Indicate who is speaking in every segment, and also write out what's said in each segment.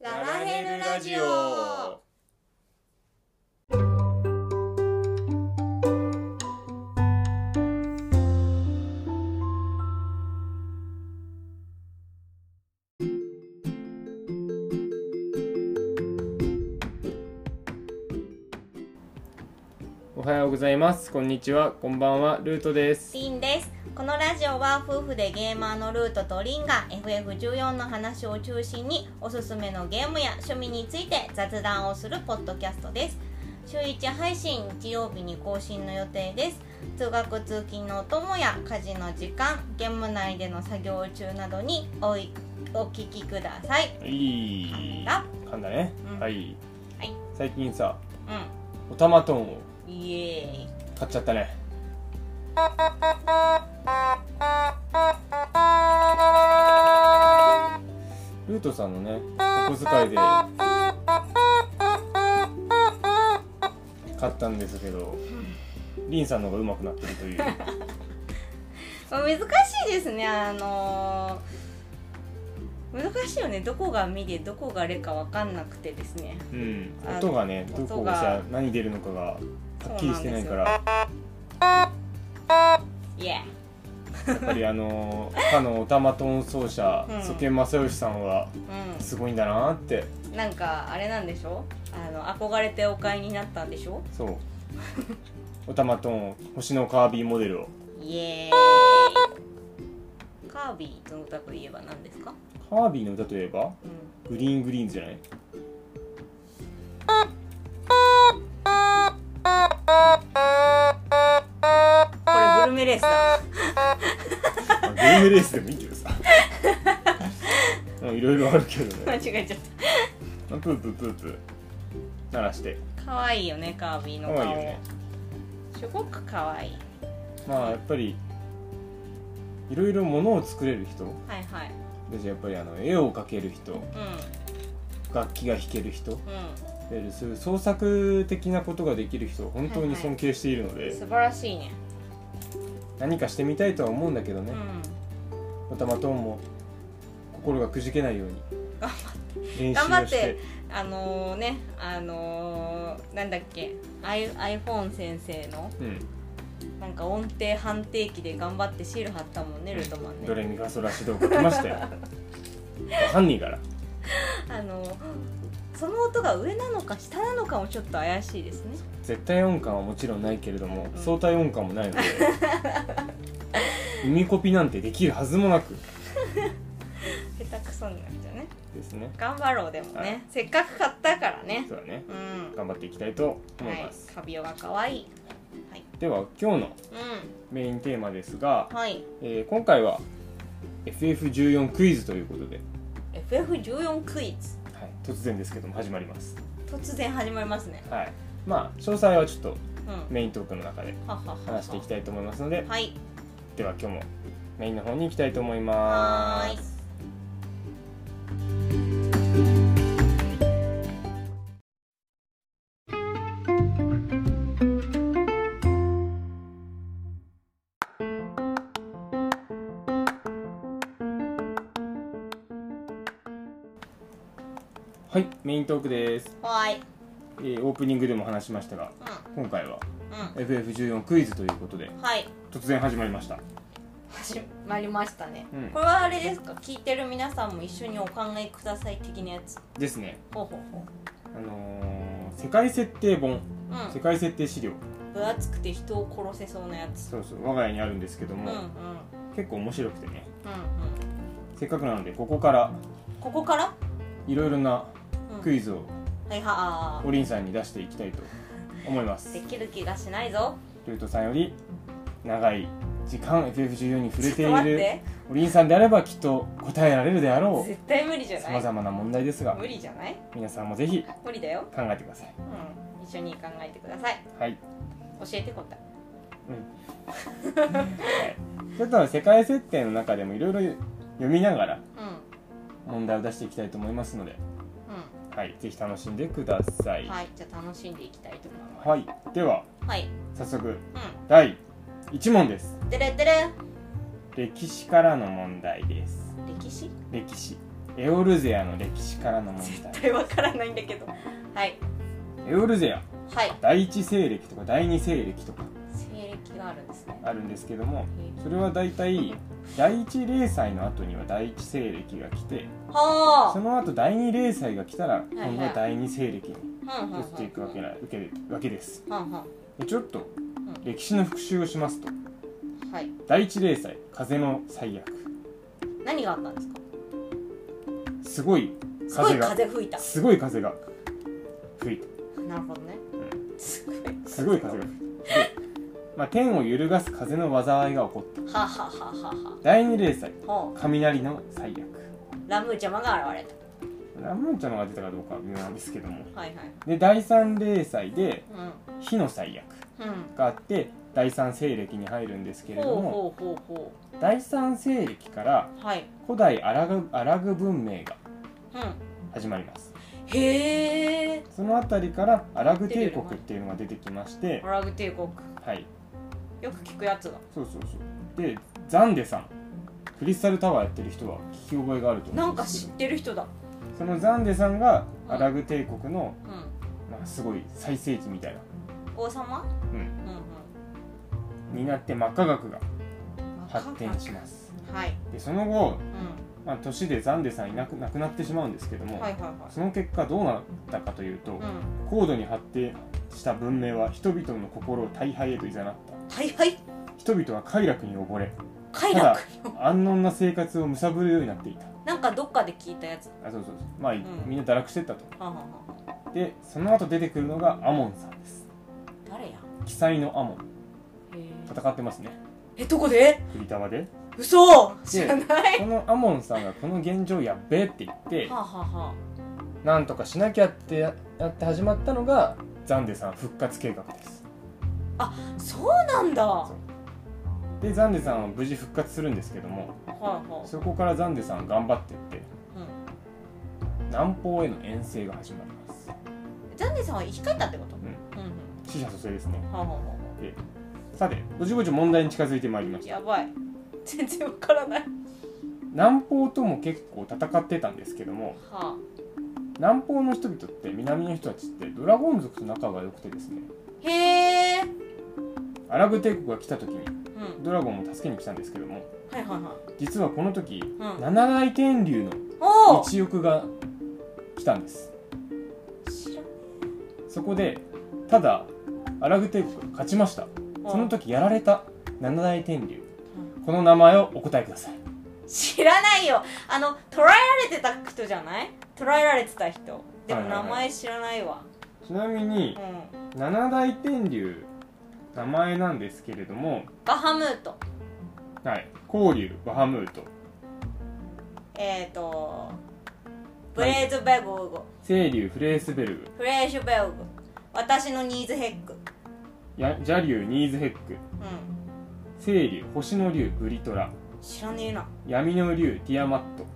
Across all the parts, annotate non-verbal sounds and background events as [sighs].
Speaker 1: ネルラジオ
Speaker 2: おはようございますこんにちはこんばんはルートです
Speaker 1: リンですこのラジオは夫婦でゲーマーのルートとリンが FF14 の話を中心におすすめのゲームや趣味について雑談をするポッドキャストです週1配信日曜日に更新の予定です通学通勤のお供や家事の時間ゲーム内での作業中などにおいお聞きください
Speaker 2: いい
Speaker 1: あ
Speaker 2: 噛んだね、
Speaker 1: うん
Speaker 2: はい、
Speaker 1: はい
Speaker 2: 最近さ
Speaker 1: う
Speaker 2: オタマトンを
Speaker 1: んイエーイ
Speaker 2: 買っちゃったねルートさんのねお小遣いで買ったんですけどリンさんの方が上手くなってるという
Speaker 1: 難しいですねあのー難しいよねどこが「み」でどこが「れ」か分かんなくてですね
Speaker 2: うん
Speaker 1: あの
Speaker 2: 音がねど
Speaker 1: 音が
Speaker 2: こがさ何出るのかがはっきりしてないから
Speaker 1: いや
Speaker 2: やっぱりあのー他のオタマトン奏者
Speaker 1: うん
Speaker 2: 蘇見正義さんは
Speaker 1: う
Speaker 2: すごいんだなって
Speaker 1: んなんかあれなんでしょあの憧れてお買いになったんでしょ
Speaker 2: そうオタマトン星のカービィモデルを
Speaker 1: イエーイカービィの歌といえば何ですか、
Speaker 2: カービィの歌といえば
Speaker 1: うん、
Speaker 2: グリーングリーンじゃない
Speaker 1: これグルメレースだ
Speaker 2: まあゲームレースでもいいけどさ [laughs] うんいろいろあるけど
Speaker 1: [laughs] 間
Speaker 2: ね
Speaker 1: 違えちゃっ
Speaker 2: まあプープープープー鳴らして
Speaker 1: た可愛いよねカービィの
Speaker 2: 可愛い
Speaker 1: 顔
Speaker 2: よね
Speaker 1: すごく可愛い
Speaker 2: まあやっぱりいろいろものを作れる人
Speaker 1: はいはい
Speaker 2: 私やっぱりあの絵を描ける人
Speaker 1: う
Speaker 2: 楽器が弾ける人
Speaker 1: んうん
Speaker 2: いわゆるそういう創作的なことができる人を本当に尊敬しているので、
Speaker 1: 素晴らしいね
Speaker 2: 何かしてみたいとは思うんだけど
Speaker 1: う
Speaker 2: ね、
Speaker 1: ん
Speaker 2: またまトーンも心がくじけないように
Speaker 1: 頑
Speaker 2: 練
Speaker 1: 頑
Speaker 2: 習
Speaker 1: 張
Speaker 2: を
Speaker 1: っ
Speaker 2: してて
Speaker 1: あのねあのーなんだっけアイ iPhone 先生の
Speaker 2: うん
Speaker 1: なんか音程判定機で頑張ってシール貼ったもんねルートマン
Speaker 2: ド
Speaker 1: ね
Speaker 2: レミファソラシドを書きましたよわかんねえから
Speaker 1: あのーその音が上なのか下なのかもちょっと怪しいですね
Speaker 2: 絶対音感はもちろんないけれども、
Speaker 1: うん
Speaker 2: 相対音感もない
Speaker 1: [laughs]
Speaker 2: ので耳コピなんてできるはずもなく
Speaker 1: 下手くそになっちゃうね
Speaker 2: ですね
Speaker 1: 頑張ろうでもね、
Speaker 2: はい
Speaker 1: せっかく買ったからね
Speaker 2: そうだね
Speaker 1: うん
Speaker 2: 頑張っていきたいと思
Speaker 1: はい
Speaker 2: ま
Speaker 1: い
Speaker 2: す、
Speaker 1: カビオが可愛い
Speaker 2: では今日
Speaker 1: う
Speaker 2: のメインテーマですが
Speaker 1: ん、はい
Speaker 2: えー今回は FF14 クイズということで、
Speaker 1: FF14 クイズ
Speaker 2: はい、突然ですけども始まります、
Speaker 1: 突然始まりますね
Speaker 2: はい、まあ詳細はちょっと
Speaker 1: うん
Speaker 2: メイントークの中で
Speaker 1: はははは
Speaker 2: 話していきたいと思いますので
Speaker 1: はい
Speaker 2: では今日もメインの方に行きたいと思いま
Speaker 1: はーい
Speaker 2: すはいメイントークです、
Speaker 1: はい
Speaker 2: えーオープニングでも話しましたが
Speaker 1: う
Speaker 2: 今回は
Speaker 1: んう
Speaker 2: FF14 クイズということで
Speaker 1: んはい
Speaker 2: 突然始まりました
Speaker 1: 始まりましたね、
Speaker 2: うん
Speaker 1: これはあれですか聞いてる皆さんも一緒にお考えください的なやつ
Speaker 2: ですね
Speaker 1: ほうほうほ
Speaker 2: あのー世界設定本
Speaker 1: う
Speaker 2: 世
Speaker 1: う
Speaker 2: 界設定資料
Speaker 1: ん分厚くて人を殺せそうなやつ
Speaker 2: そうそう我が家にあるんですけど
Speaker 1: うんうん
Speaker 2: も、
Speaker 1: うんうん
Speaker 2: 結構面白くてね
Speaker 1: うん
Speaker 2: せっかくなのでここから
Speaker 1: ここから、
Speaker 2: いろいろな
Speaker 1: うん、
Speaker 2: クイズを
Speaker 1: はいは
Speaker 2: おりんさんに出していきたいと思います
Speaker 1: できる気がしないぞ
Speaker 2: ルートさんより長い時間 FF14 に
Speaker 1: ち
Speaker 2: 触れ
Speaker 1: ょってと
Speaker 2: い
Speaker 1: 待っ
Speaker 2: る
Speaker 1: て
Speaker 2: おりんさんであればきっと答えられるであろ
Speaker 1: 絶対無理じ
Speaker 2: う
Speaker 1: ゃ
Speaker 2: さ
Speaker 1: な
Speaker 2: ま
Speaker 1: い
Speaker 2: ざまな問題ですが
Speaker 1: 無理じゃない
Speaker 2: 皆さんもぜひ
Speaker 1: 無理だよ、
Speaker 2: 考えてください
Speaker 1: うん、一緒に考えてください
Speaker 2: はい、
Speaker 1: 教えて答え
Speaker 2: はい、 [laughs] ちょっと世界設定の中でもいろいろ読みながら
Speaker 1: うん
Speaker 2: 問題を出していきたいと思いますので、はい、ぜひ楽しんでくださ
Speaker 1: う
Speaker 2: い
Speaker 1: んはいじゃあ楽しんでいきたいと思います
Speaker 2: はい、では
Speaker 1: はい
Speaker 2: 早速
Speaker 1: う
Speaker 2: 第1問です
Speaker 1: んでれでれ
Speaker 2: 歴史からの問題です
Speaker 1: 歴史
Speaker 2: 歴史エオルゼアの歴史からの問題
Speaker 1: 絶対わからないんだけどはい
Speaker 2: エオルゼア
Speaker 1: はい
Speaker 2: 第一西暦とか第二西暦とか
Speaker 1: 西暦があるんですね
Speaker 2: あるんですけどもそれは大体第一零祭の後には第一西暦が来て
Speaker 1: は
Speaker 2: その後第二零祭が来たら今度は第二西暦に
Speaker 1: あうんうんうん
Speaker 2: 移っていくわけなわけでわけです
Speaker 1: はんはん
Speaker 2: でちょっと歴史の復習をしますと
Speaker 1: はい
Speaker 2: 第一零祭風の最悪
Speaker 1: 何があったんですか
Speaker 2: すごい
Speaker 1: すごい
Speaker 2: 風が
Speaker 1: 風吹いた
Speaker 2: すごい風が吹いた
Speaker 1: なるほどね [laughs] すごい
Speaker 2: すごい風が吹いたで、まあ、天を揺るがす風の災いが起こった
Speaker 1: はあはあはあはあは
Speaker 2: 第二零祭
Speaker 1: あほ
Speaker 2: 雷の最悪
Speaker 1: うラムーちゃまが現れ
Speaker 2: ラムーちゃんのが出たかどうかは微妙なんですけども
Speaker 1: たはいはい
Speaker 2: で第三零祭で
Speaker 1: う
Speaker 2: 火の最悪
Speaker 1: んうん
Speaker 2: があって第三西暦に入るんですけれど
Speaker 1: ほ
Speaker 2: も
Speaker 1: うほうほうほ
Speaker 2: 第三西暦から
Speaker 1: うはい
Speaker 2: 古代アラグアラグ文明が
Speaker 1: うん
Speaker 2: 始まります
Speaker 1: へえ
Speaker 2: その辺りからアラグ帝国っていうのが出てきまして
Speaker 1: アラグ帝国
Speaker 2: はい
Speaker 1: よく聞くやつだ
Speaker 2: そうそうそうでザンデさんクリスタルタワーやってる人は聞き覚えがあると思
Speaker 1: な
Speaker 2: うん
Speaker 1: ん
Speaker 2: で
Speaker 1: か知
Speaker 2: すけ
Speaker 1: っ
Speaker 2: ど
Speaker 1: てる人だ
Speaker 2: そのザンデさんがアラグ帝国の、
Speaker 1: うん
Speaker 2: まあ、すごい最盛期みたいな、
Speaker 1: 王様
Speaker 2: う
Speaker 1: う
Speaker 2: ん、
Speaker 1: んうん
Speaker 2: になって真っ赤学が
Speaker 1: わかん
Speaker 2: 発展します
Speaker 1: はい
Speaker 2: でその後、
Speaker 1: う
Speaker 2: まあ、年でザンデさんいなくなくなってしまうんですけど
Speaker 1: ん
Speaker 2: も、
Speaker 1: はいはいはい
Speaker 2: その結果どうなったかというと、
Speaker 1: うん
Speaker 2: 高度に発展した文明は人々の心を大敗へと誘った
Speaker 1: はいはい
Speaker 2: 人々は快楽に溺れ
Speaker 1: 快
Speaker 2: ただ
Speaker 1: 楽よ
Speaker 2: 安穏な生活を貪るようになっていた
Speaker 1: なんかどっかで聞いたやつ
Speaker 2: あそうそうそうまあ、
Speaker 1: ん
Speaker 2: みんな堕落してったと
Speaker 1: はんはんはん
Speaker 2: でその後出てくるのがアモンさんです
Speaker 1: 誰や
Speaker 2: 記載のアモン
Speaker 1: へー
Speaker 2: 戦ってますね
Speaker 1: えどこで
Speaker 2: 栗タワで
Speaker 1: 嘘知らない
Speaker 2: このアモンさんがこの現状やっべえって言って
Speaker 1: はあ、はあは
Speaker 2: なんとかしなきゃってややって始まったのがザンデさん復活計画です
Speaker 1: あ、そうなんだは
Speaker 2: でザンデさんは無事復活するんですけども
Speaker 1: あ、は
Speaker 2: そこからザンデさん頑張ってって
Speaker 1: あうん、
Speaker 2: 南方への遠征が始まります
Speaker 1: ザンデさんは生き返ったってことうんうん
Speaker 2: 死者蘇生ですね
Speaker 1: はあ、はあは
Speaker 2: さてぼちぼち問題に近づいてまいりま
Speaker 1: あ、
Speaker 2: した
Speaker 1: やばい全然わからないは
Speaker 2: 南方とも結構戦ってたんですけども
Speaker 1: あ、
Speaker 2: 南方の人々って南の人たちってドラゴン族と仲が良くてですね
Speaker 1: へえ
Speaker 2: アラブ帝国が来た時に
Speaker 1: うん
Speaker 2: ドラゴンも助けに来たんですけども
Speaker 1: はいはいはい
Speaker 2: 実はこの時
Speaker 1: うん
Speaker 2: 七大天竜
Speaker 1: お
Speaker 2: の
Speaker 1: お
Speaker 2: 一翼が来たんです
Speaker 1: 知らん
Speaker 2: そこでただアラブ帝国が勝ちましたその時やられた七大天竜この名前をお答えください
Speaker 1: 知らないよあの捕らえられてた人じゃない捕らえられてた人でも
Speaker 2: はいはいは
Speaker 1: 名
Speaker 2: い
Speaker 1: 前知らないわ、
Speaker 2: ちなみに
Speaker 1: うん
Speaker 2: 七大天竜名前なんですけれども
Speaker 1: バハムート
Speaker 2: はい紅竜バハムート
Speaker 1: えっ、ー、とブレーズベルグ
Speaker 2: 青竜フレースベルグ
Speaker 1: フレッシュベルグ私のニーズヘック
Speaker 2: や蛇竜ニーズヘック
Speaker 1: うん
Speaker 2: 青竜星の竜ブリトラ
Speaker 1: 知らねえな
Speaker 2: 闇の竜ティアマット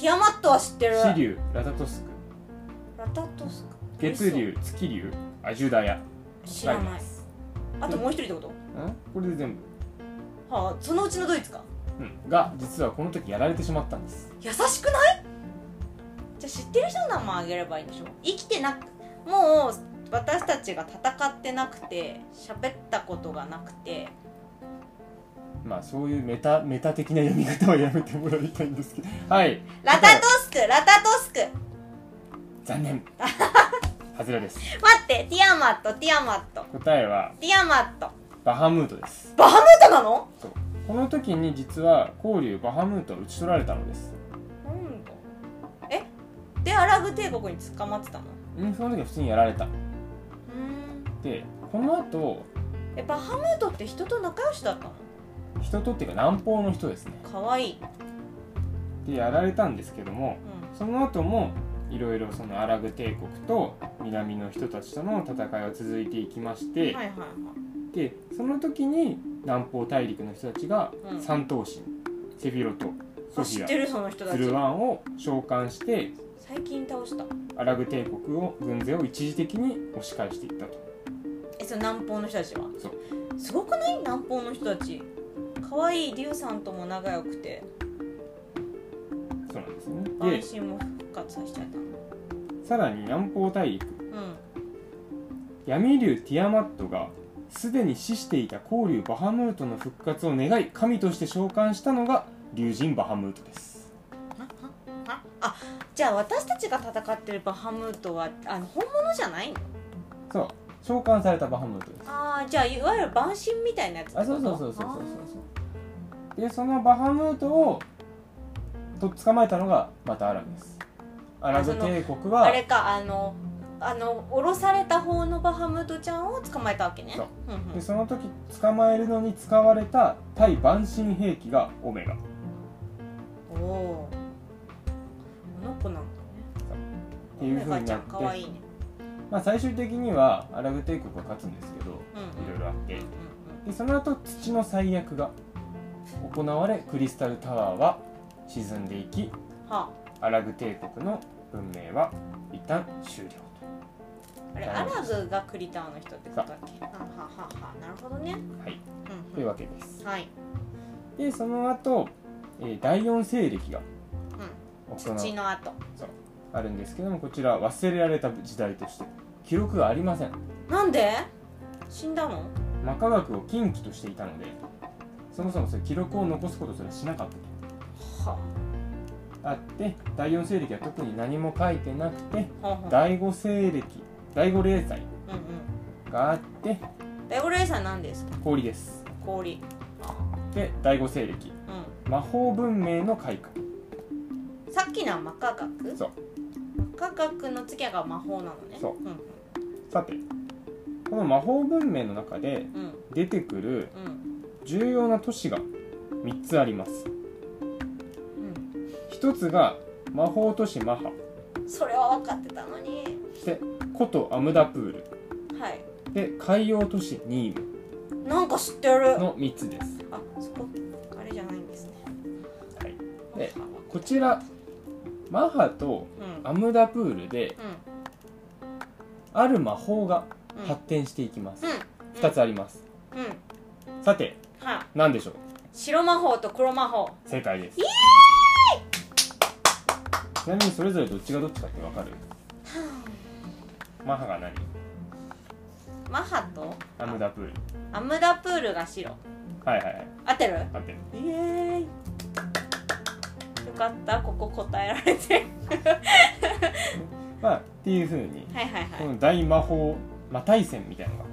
Speaker 1: ティアマットは知ってる
Speaker 2: 紫竜ラタトスク
Speaker 1: ラタトスか
Speaker 2: 月竜月竜アジュダヤ
Speaker 1: 知ら
Speaker 2: はい
Speaker 1: ないあともう一人ってこと
Speaker 2: これで全
Speaker 1: はあそのうちのドイツか
Speaker 2: 部、うん、が実はこの時やられてしまったんです
Speaker 1: 優しくないじゃあ知ってる人の名前あげればいいんでしょ生きてなくもう私たちが戦ってなくて喋ったことがなくて
Speaker 2: まあそういうメタメタ的な読み方はやめてもらいたいんですけど [laughs] はい
Speaker 1: ラタトスクラタトスク
Speaker 2: 残念外れです
Speaker 1: 待ってティアマットティアマット
Speaker 2: 答えは
Speaker 1: ティアマット
Speaker 2: バハムートです
Speaker 1: バハムートなの
Speaker 2: この時に実は交流バハムートは討ち取られたのです
Speaker 1: なんだえでアラブ帝国に捕まってたの
Speaker 2: うんその時は普通にやられた
Speaker 1: うん
Speaker 2: でこの後
Speaker 1: えバハムートって人と仲良しだったの
Speaker 2: 人とっていうか南方の人ですね
Speaker 1: かわいい、
Speaker 2: でやられたんですけども
Speaker 1: う
Speaker 2: その後もいろいろそのアラブ帝国と南の人たちとの戦いは続いていきまして、
Speaker 1: ん、はいはいはい
Speaker 2: でその時に南方大陸の人たちが
Speaker 1: うん
Speaker 2: 三頭身、セフィロトソ
Speaker 1: あ
Speaker 2: フ
Speaker 1: 知
Speaker 2: ィ
Speaker 1: って
Speaker 2: ア
Speaker 1: るその人た
Speaker 2: ズ
Speaker 1: ち
Speaker 2: ルワンを召喚して
Speaker 1: 最近倒した
Speaker 2: アラブ帝国を軍勢を一時的に押し返していったと
Speaker 1: えその南方の人たちは
Speaker 2: そ
Speaker 1: すごくない南方の人たち可愛いリュウさんとも仲良くて
Speaker 2: そうなんですよね
Speaker 1: 阪
Speaker 2: で
Speaker 1: 神も復活させちゃったの
Speaker 2: さらに南方大陸
Speaker 1: うん
Speaker 2: 闇竜ティアマットがすでに死していた光竜バハムートの復活を願い神として召喚したのが竜神バハムートです
Speaker 1: ああああじゃあ私たちが戦ってるバハムートはあの本物じゃないの
Speaker 2: そう召喚されたバハムートです
Speaker 1: ああじゃあいわゆる晩神みたいなやつってこと
Speaker 2: あそうそうそうそうそうそうそうでそのバハムートをと捕まえたのがまたアラブですアラブ帝国
Speaker 1: あーあ
Speaker 2: は
Speaker 1: れかあのあの降ろされた方のバハムートちゃんを捕まえたわけね
Speaker 2: そう、
Speaker 1: うんう
Speaker 2: で
Speaker 1: ん、
Speaker 2: その時捕まえるのに使われた対万神兵器がオメガ
Speaker 1: おおーこの子なんだ
Speaker 2: って
Speaker 1: ね
Speaker 2: いう
Speaker 1: メ
Speaker 2: 風
Speaker 1: ガ
Speaker 2: に
Speaker 1: ち
Speaker 2: な
Speaker 1: ゃ
Speaker 2: っ
Speaker 1: ん
Speaker 2: て
Speaker 1: かわいいね
Speaker 2: まあ、最終的にはアラブ帝国が勝つんですけど
Speaker 1: うんうん
Speaker 2: いろいろあって
Speaker 1: うん
Speaker 2: でその後土の災厄が行われクリスタルタワーは沈んでいき
Speaker 1: うんは
Speaker 2: アラブ帝国の文明は一旦終了と
Speaker 1: ああれ
Speaker 2: な
Speaker 1: ア
Speaker 2: るほ
Speaker 1: ラ
Speaker 2: ど
Speaker 1: ブがクリターの人ってことだっけはあはあはあはあなるほどね
Speaker 2: はいと
Speaker 1: う
Speaker 2: い
Speaker 1: ん
Speaker 2: う
Speaker 1: う
Speaker 2: わけです
Speaker 1: んはい、
Speaker 2: でその後、えー第4西暦が
Speaker 1: うん、
Speaker 2: 行わ
Speaker 1: 土の跡
Speaker 2: あるんですけどもこちらは忘れられた時代として記録がありません
Speaker 1: なんで死んだの
Speaker 2: 魔科学を禁忌としていたのでそもそもそういう記録を残すことすらしなかったと
Speaker 1: は
Speaker 2: あって第4西暦は特に何も書いてなくて
Speaker 1: あ、はあはあ、
Speaker 2: 第5西暦第5例祭
Speaker 1: うんうん
Speaker 2: があって
Speaker 1: ダイゴレーサーなんですか
Speaker 2: 氷です
Speaker 1: 氷
Speaker 2: で第5西暦
Speaker 1: う
Speaker 2: 魔法文明の開花
Speaker 1: んさっきのは魔科学
Speaker 2: そう
Speaker 1: 魔科学の次が魔法なのね
Speaker 2: そう
Speaker 1: うん
Speaker 2: さてこの魔法文明の中で
Speaker 1: うん
Speaker 2: 出てくる
Speaker 1: うん
Speaker 2: 重要な都市が3つあります
Speaker 1: うん
Speaker 2: 1つが魔法都市マハ
Speaker 1: それは分かってたのに
Speaker 2: で古都アムダプール
Speaker 1: はい
Speaker 2: で海洋都市ニーム
Speaker 1: なんか知ってる
Speaker 2: の3つです
Speaker 1: あそこあれじゃないんですね
Speaker 2: はいで
Speaker 1: うん
Speaker 2: こちらマハとアムダプールである魔法が
Speaker 1: うんうん
Speaker 2: 発展していきます
Speaker 1: うん
Speaker 2: 2つあります
Speaker 1: うんうん
Speaker 2: さて
Speaker 1: はい
Speaker 2: 何でしょう
Speaker 1: 白魔法と黒魔法
Speaker 2: 正解ですちなみにそれぞれどっちがどっちかってわかるマハが何
Speaker 1: マハと
Speaker 2: アムダプール
Speaker 1: アムダプールが白
Speaker 2: はいはいはい
Speaker 1: 合ってる
Speaker 2: 合ってる
Speaker 1: イエーイよかったここ答えられて
Speaker 2: まあっていうふうに
Speaker 1: はいはいはい
Speaker 2: こ
Speaker 1: うん
Speaker 2: の大魔法魔対戦みたいなの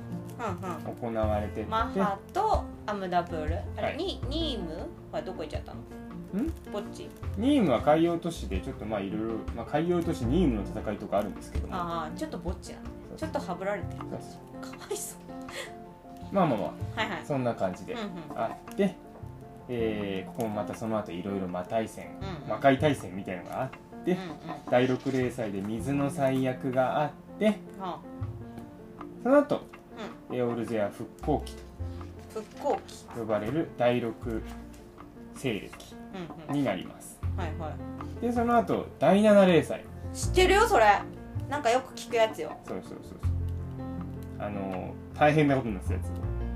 Speaker 1: うん
Speaker 2: が行われてて
Speaker 1: マハとアムダプールあれ、
Speaker 2: はい
Speaker 1: にニームはどこ行っちゃったのぼっち
Speaker 2: ニームは海洋都市でちょっとまあいろいろ、まあ、海洋都市ニームの戦いとかあるんですけども
Speaker 1: ああちょっとぼっちなの
Speaker 2: そう
Speaker 1: ちょっとはぶられてる
Speaker 2: そうそう
Speaker 1: かわいそう
Speaker 2: まあまあま
Speaker 1: はいは
Speaker 2: あ
Speaker 1: い
Speaker 2: そんな感じで
Speaker 1: うんうん
Speaker 2: あって、えーここもまたその後いろいろ魔対戦
Speaker 1: うん
Speaker 2: 魔界対戦みたいなのがあって
Speaker 1: うんうんは
Speaker 2: 第6例祭で水の災厄があって
Speaker 1: あ
Speaker 2: その後
Speaker 1: う
Speaker 2: エオルゼア復興期
Speaker 1: 復興期
Speaker 2: と呼ばれる第6西暦
Speaker 1: うんう
Speaker 2: になります
Speaker 1: んはいは
Speaker 2: でその後第7例祭
Speaker 1: い知ってるよそれなんかよく聞くやつよ
Speaker 2: そうそうそうそうあのー大変なことになってたや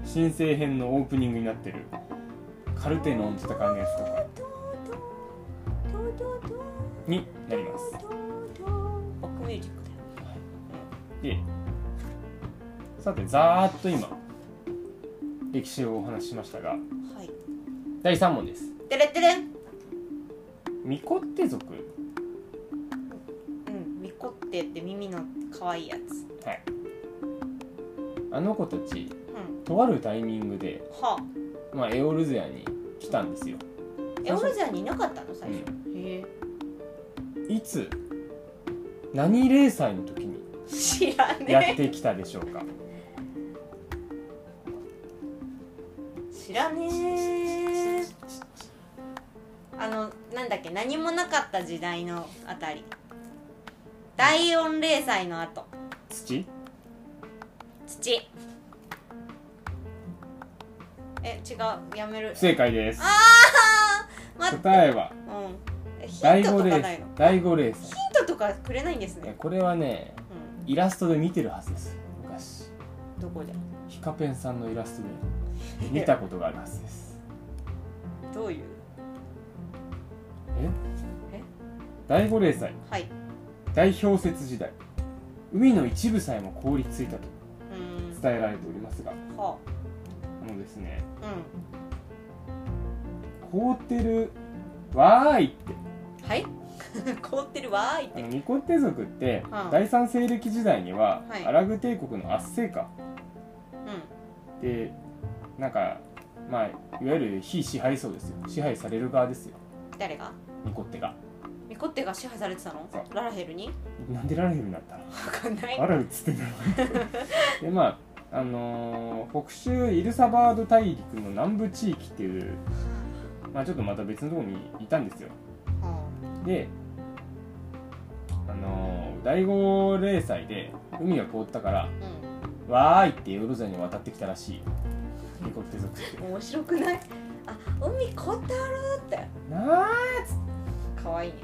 Speaker 2: つ新政編のオープニングになってるカルテノン戦いのやつとかになります
Speaker 1: バックミュージックだよ
Speaker 2: でさてざーっと今歴史をお話ししましたが
Speaker 1: はい
Speaker 2: 第3問です
Speaker 1: てれてれん
Speaker 2: ミコッテ族
Speaker 1: うんミコってって耳の可愛いやつ
Speaker 2: はいあの子た
Speaker 1: う
Speaker 2: ち
Speaker 1: ん
Speaker 2: とあるタイミングで、
Speaker 1: はあ
Speaker 2: まあ、エオルゼアに来たんですよ
Speaker 1: エオルゼアにいなかったの最初、へ
Speaker 2: いつ何例祭の時に
Speaker 1: え知ら
Speaker 2: や
Speaker 1: ね
Speaker 2: ってきたでしょう
Speaker 1: [laughs]
Speaker 2: か
Speaker 1: え知らねえあのなんだっけ何もなかった時代のあたり第四零祭の後
Speaker 2: 土
Speaker 1: 土え違うやめる
Speaker 2: 不正解です
Speaker 1: 待って
Speaker 2: 答えは
Speaker 1: うんえヒ
Speaker 2: 第
Speaker 1: ント
Speaker 2: 5
Speaker 1: と
Speaker 2: レ
Speaker 1: かないのヒ
Speaker 2: ース第5レース
Speaker 1: ントとかくれないんです
Speaker 2: いや
Speaker 1: ね、
Speaker 2: これはね
Speaker 1: う
Speaker 2: イラストで見てるはずです昔
Speaker 1: ん、どこで
Speaker 2: ヒカペンさんのイラストで見たことがあるはずです
Speaker 1: どういう
Speaker 2: え
Speaker 1: え
Speaker 2: 第五霊祭
Speaker 1: はい
Speaker 2: 大氷雪時代海の一部さえも凍りついたと
Speaker 1: うーん
Speaker 2: 伝えられておりますが
Speaker 1: は
Speaker 2: あのですね
Speaker 1: あう
Speaker 2: 凍ってるわーいって
Speaker 1: んはい
Speaker 2: [laughs]
Speaker 1: 凍ってるわーいっ
Speaker 2: あ
Speaker 1: て
Speaker 2: のニコテ族って
Speaker 1: うん
Speaker 2: 第三西暦時代には
Speaker 1: はい
Speaker 2: アラグ帝国の圧政下
Speaker 1: う
Speaker 2: でなんかまあいわゆる非支配層ですよ支配される側ですよ
Speaker 1: ん誰が
Speaker 2: ニコッテが
Speaker 1: ミコッテが支配されてたの
Speaker 2: そう
Speaker 1: ララヘルに
Speaker 2: なんでララヘルになったの
Speaker 1: わかんない
Speaker 2: あらうっつってんだろでまああのー北州イルサバード大陸の南部地域っていうまあちょっとまた別のところにいたんですよ
Speaker 1: うん
Speaker 2: であのー第五霊祭で海が凍ったから
Speaker 1: う
Speaker 2: 「わーい」ってヨルザに渡ってきたらしいニコッテ族って
Speaker 1: ん面白くないあ海凍ったろって
Speaker 2: 「なー」
Speaker 1: 可愛いね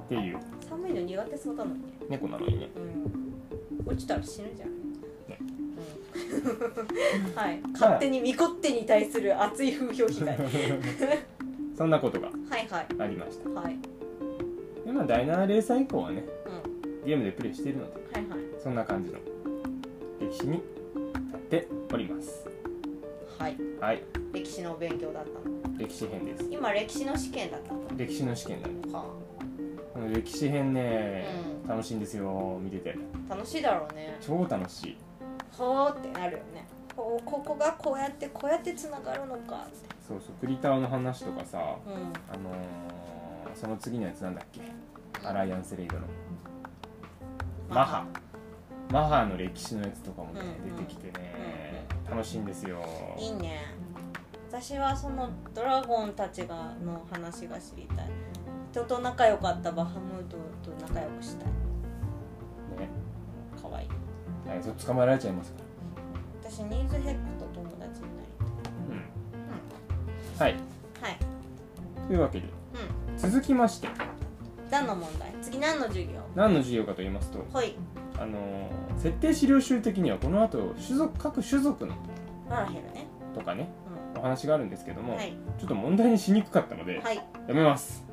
Speaker 2: っていう
Speaker 1: 寒いの苦手そうだもんね
Speaker 2: 猫なのにね
Speaker 1: [laughs] うん落ちたら死ぬじゃん、
Speaker 2: ね
Speaker 1: うんはい、勝手にミコッテに対する熱い風評被害はい
Speaker 2: そんなことが
Speaker 1: はい
Speaker 2: ありました
Speaker 1: はい、
Speaker 2: でまあ第7レーサー以降はね
Speaker 1: うん、
Speaker 2: ゲームでプレイしているので
Speaker 1: はいはい
Speaker 2: そんな感じの歴史になっております
Speaker 1: はい
Speaker 2: はい
Speaker 1: 歴史のお勉強だったの
Speaker 2: 歴史編です
Speaker 1: 今歴史の試験だったの
Speaker 2: 歴史の試験だね
Speaker 1: か
Speaker 2: この歴史編ね、
Speaker 1: うん
Speaker 2: 楽しいんですよ見てて
Speaker 1: 楽しいだろうね
Speaker 2: 超楽しい
Speaker 1: ほーってなるよねほうここがこうやってこうやってつながるのかって
Speaker 2: そうそうクリタワの話とかさ
Speaker 1: うん
Speaker 2: あのー、その次のやつなんだっけアライアンスレイドのマハマハの歴史のやつとかもね、
Speaker 1: うんうん
Speaker 2: 出てきてね、楽しいんですよ
Speaker 1: いいね私はそのドラゴンたちがの話が知りたい人と仲良かったバハムートと仲良くしたい
Speaker 2: ね
Speaker 1: かわいい
Speaker 2: はいそう捕まえられちゃいますから
Speaker 1: 私ニーズヘックと友達になり
Speaker 2: うんはい
Speaker 1: たいはい
Speaker 2: というわけで
Speaker 1: う
Speaker 2: 続きまして
Speaker 1: ん何の問題次何の授業
Speaker 2: 何の授業かと言いますと
Speaker 1: ほい
Speaker 2: あのー設定資料集的にはこの後種族各種族の
Speaker 1: ララヘルね
Speaker 2: とかね
Speaker 1: う
Speaker 2: お話があるんですけど
Speaker 1: ん
Speaker 2: も、
Speaker 1: はい
Speaker 2: ちょっと問題にしにくかったので、
Speaker 1: はい
Speaker 2: やめます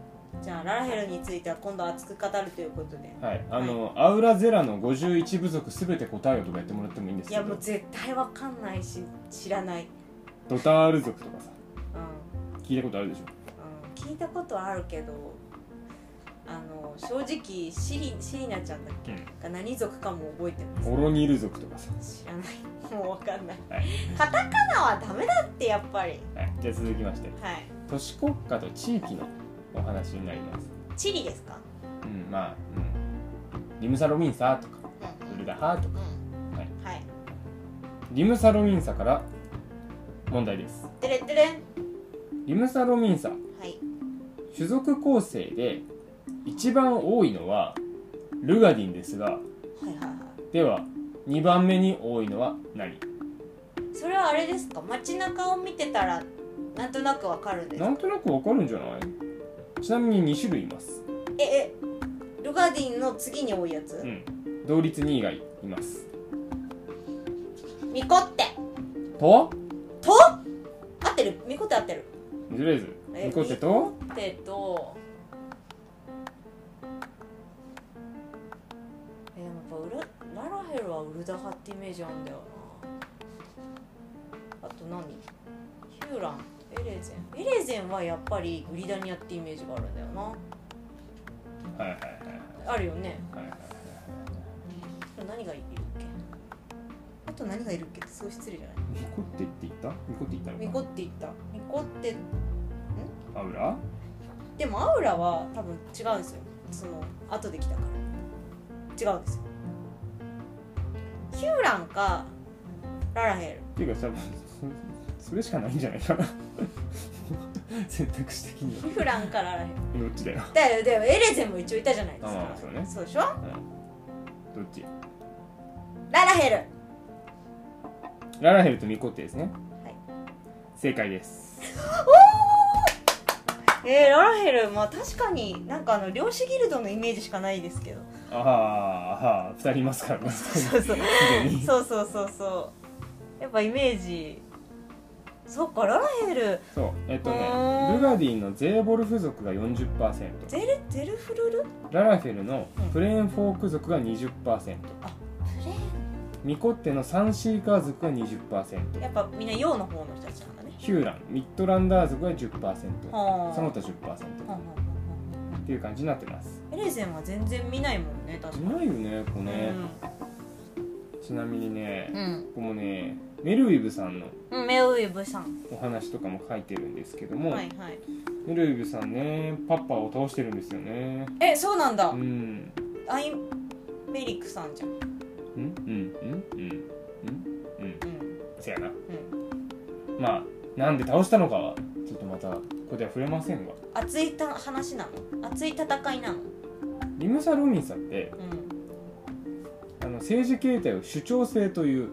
Speaker 1: じゃあララヘルについては今度熱く語るということで
Speaker 2: はいあの、アウラゼラの51部族すべて答えをとかやってもらってもいいんです
Speaker 1: い
Speaker 2: け
Speaker 1: や
Speaker 2: ど
Speaker 1: もう絶対わかんないし知らない
Speaker 2: ドタール族とかさ
Speaker 1: うん、
Speaker 2: 聞いたことあるでしょ
Speaker 1: うん、聞いたことはあるけどあの正直シリシリナちゃんだっけ、
Speaker 2: うん
Speaker 1: が何族かも覚えてます
Speaker 2: オロニル族とかさ、
Speaker 1: 知らない [laughs] もうわかんない、
Speaker 2: はい
Speaker 1: カタカナはダメだってやっぱり
Speaker 2: はい、じゃあ続きまして
Speaker 1: はい
Speaker 2: 都市国家と地域のお話になります
Speaker 1: チリですか
Speaker 2: うんまあ、うん、リムサロミンサーとか
Speaker 1: うん
Speaker 2: ウルダハーとか
Speaker 1: うん
Speaker 2: はい
Speaker 1: はい
Speaker 2: リムサロミンサから問題です
Speaker 1: デレデレン
Speaker 2: リムサロミンサ
Speaker 1: はい
Speaker 2: 種族構成で一番多いのはルガディンですが
Speaker 1: はいはいは
Speaker 2: では2番目に多いのは何
Speaker 1: いそれはあれですか街中を見てたらなんとなくわかるんです
Speaker 2: な
Speaker 1: か
Speaker 2: んとなくわかるんじゃないちなみに2種類います
Speaker 1: ええルガディンの次に多いやつ、
Speaker 2: うん同率2位がいます
Speaker 1: ミコって
Speaker 2: と
Speaker 1: と合ってるミコって合ってる
Speaker 2: とりあえず
Speaker 1: え
Speaker 2: ニコテと
Speaker 1: ミコテとえでもやっぱウルララヘルはウルダハってイメージあんだよなあと何ヒューランエレゼンエレゼンはやっぱりグリダニアってイメージがあるんだよ
Speaker 2: はいはいはい
Speaker 1: なあるよね
Speaker 2: はいはい
Speaker 1: 何がいるっけあと何がいるっけってすごい失礼じゃない
Speaker 2: ニコテって言ったニコテ言ったのか
Speaker 1: ミコって言ったミコって
Speaker 2: アウラ
Speaker 1: でもアウラは多分違うんですよその後で来たから違うんですよヒューランかララヘ
Speaker 2: っていうか多分そそれしかないんじゃないか [laughs] な選択肢的に
Speaker 1: ルヒューランかララヘル
Speaker 2: はどっちだよ
Speaker 1: だよだよエレゼンも一応いたじゃないです
Speaker 2: あ
Speaker 1: か
Speaker 2: あそうね
Speaker 1: でしょ
Speaker 2: どっち
Speaker 1: ララヘル
Speaker 2: ララヘルとミコテですね
Speaker 1: はい
Speaker 2: 正解です
Speaker 1: えー、ララヘルまあ確かになんかあの漁師ギルドのイメージしかないです [laughs] けど
Speaker 2: あはあはあ2人いますからね
Speaker 1: [laughs] そうそう
Speaker 2: すでに
Speaker 1: そうそうそうそうやっぱイメージそっかララヘル
Speaker 2: [laughs] そうえっと
Speaker 1: う
Speaker 2: ね
Speaker 1: ーん
Speaker 2: ルガディのゼーボルフ族が40%
Speaker 1: ゼルゼルフルル
Speaker 2: ララフェルのプレーンフォーク族が20%
Speaker 1: プレー
Speaker 2: ミコッテのサンシーカー族が20%
Speaker 1: ンやっぱみんな洋の方の人たちなんだね
Speaker 2: ヒューランミッドランダー族が10%
Speaker 1: はあ
Speaker 2: その他10%
Speaker 1: はんはんはんはん
Speaker 2: っていう感じになってます
Speaker 1: エレゼンは全然見ないもんね確
Speaker 2: う
Speaker 1: か
Speaker 2: まいよねここ
Speaker 1: に
Speaker 2: ね、ちなみにね
Speaker 1: う、ん、
Speaker 2: ここもねメルウィブさんの
Speaker 1: うん、メウイブさん
Speaker 2: お話とかも書いてるんですけども、
Speaker 1: はいはい
Speaker 2: メルウィブさんねパッパを倒してるんですよね
Speaker 1: えそうなんだ、
Speaker 2: うん
Speaker 1: アイメリックさんじゃん
Speaker 2: うんうんうんうんうんうん
Speaker 1: うん
Speaker 2: せやな
Speaker 1: うん
Speaker 2: まあなんで倒したのかはちょっとまたここでは触れませんが
Speaker 1: 熱いた話なの熱い戦いなの
Speaker 2: リムサ・ロミンさんって
Speaker 1: うん
Speaker 2: あの政治形態を主張性という、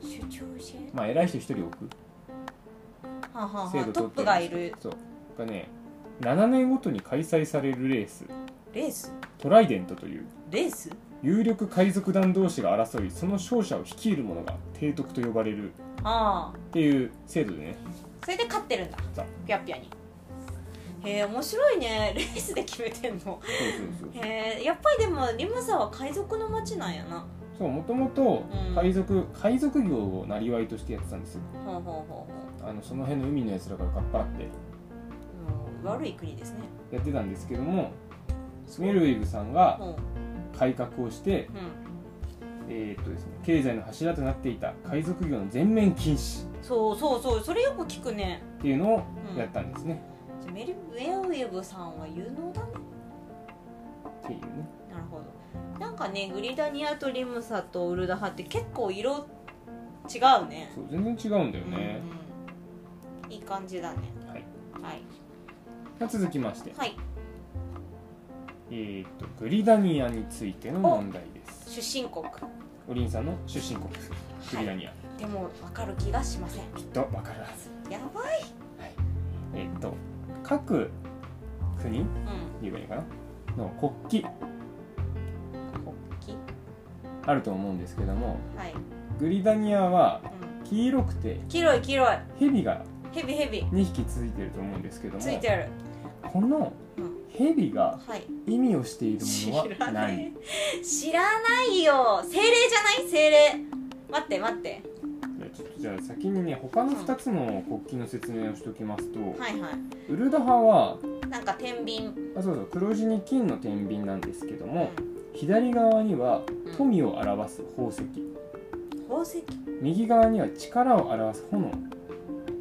Speaker 1: 主張性
Speaker 2: まあ、偉い人一人置く
Speaker 1: はあ、はあは
Speaker 2: 制
Speaker 1: あ、
Speaker 2: 度
Speaker 1: ト
Speaker 2: を取
Speaker 1: ッ
Speaker 2: って
Speaker 1: プが
Speaker 2: んです
Speaker 1: いる
Speaker 2: そうがね7年ごとに開催されるレース
Speaker 1: レース
Speaker 2: トライデントという
Speaker 1: レース
Speaker 2: 有力海賊団同士が争いその勝者を率いる者が提督と呼ばれる
Speaker 1: ああ
Speaker 2: っていう制度
Speaker 1: [laughs]
Speaker 2: でね
Speaker 1: それで勝ってるんだ
Speaker 2: そう
Speaker 1: ぴゃぴゃにへえ面白いねレースで決めてんの
Speaker 2: そうそうそう
Speaker 1: へえやっぱりでもリムサは海賊の町なんやな
Speaker 2: そうもともと
Speaker 1: うん
Speaker 2: 海賊海賊業を生りとしてやってたんですよ
Speaker 1: ほうほうほうほ
Speaker 2: あのその辺の海のやつらからかっぱらって
Speaker 1: う、うん、悪い国ですね
Speaker 2: やってたんですけどもメルウィブさんが
Speaker 1: ほ
Speaker 2: 改革をして
Speaker 1: う、うん、
Speaker 2: えーっとですね、経済の柱となっていた海賊業の全面禁止
Speaker 1: そうそうそうそれよく聞くね
Speaker 2: っていうのをやったんですね、
Speaker 1: じゃあメルメウェブさんは有能だね
Speaker 2: っていうね
Speaker 1: なるほどなんかねグリダニアとリムサとウルダハって結構色違うね
Speaker 2: そう全然違うんだよね、
Speaker 1: うんうん、いい感じだね
Speaker 2: はい
Speaker 1: はい
Speaker 2: まあ続きまして
Speaker 1: はい
Speaker 2: えー、とグリダニアについての問題です
Speaker 1: 出身国
Speaker 2: おりんさんの出身国グリダニア、
Speaker 1: でも分かる気がしません
Speaker 2: きっとわかるはず
Speaker 1: やばい
Speaker 2: えー、と各
Speaker 1: う
Speaker 2: 国
Speaker 1: ん
Speaker 2: 言えばいいのかなの国旗
Speaker 1: 国
Speaker 2: あると思うんですけども
Speaker 1: 旗はい、
Speaker 2: グリダニアは
Speaker 1: うん、
Speaker 2: 黄色くて
Speaker 1: 黄色い黄色い
Speaker 2: ヘビが
Speaker 1: ヘビヘビ
Speaker 2: 2匹ついてると思うんですけども
Speaker 1: ついてる
Speaker 2: この
Speaker 1: うん
Speaker 2: ヘビが
Speaker 1: はい
Speaker 2: 意味をしている
Speaker 1: 知
Speaker 2: ものは
Speaker 1: らな
Speaker 2: 何
Speaker 1: い知らないよ精霊じゃない精霊待って待って
Speaker 2: ちょっとじゃあ先にね他の2つの国旗の説明をしておきますと、
Speaker 1: はいはい
Speaker 2: ウルダハは
Speaker 1: なんか天秤うん
Speaker 2: あそうそう黒字に金の天秤なんですけども左側には
Speaker 1: うん
Speaker 2: 富を表す宝石
Speaker 1: 宝石
Speaker 2: 右側には力を表す炎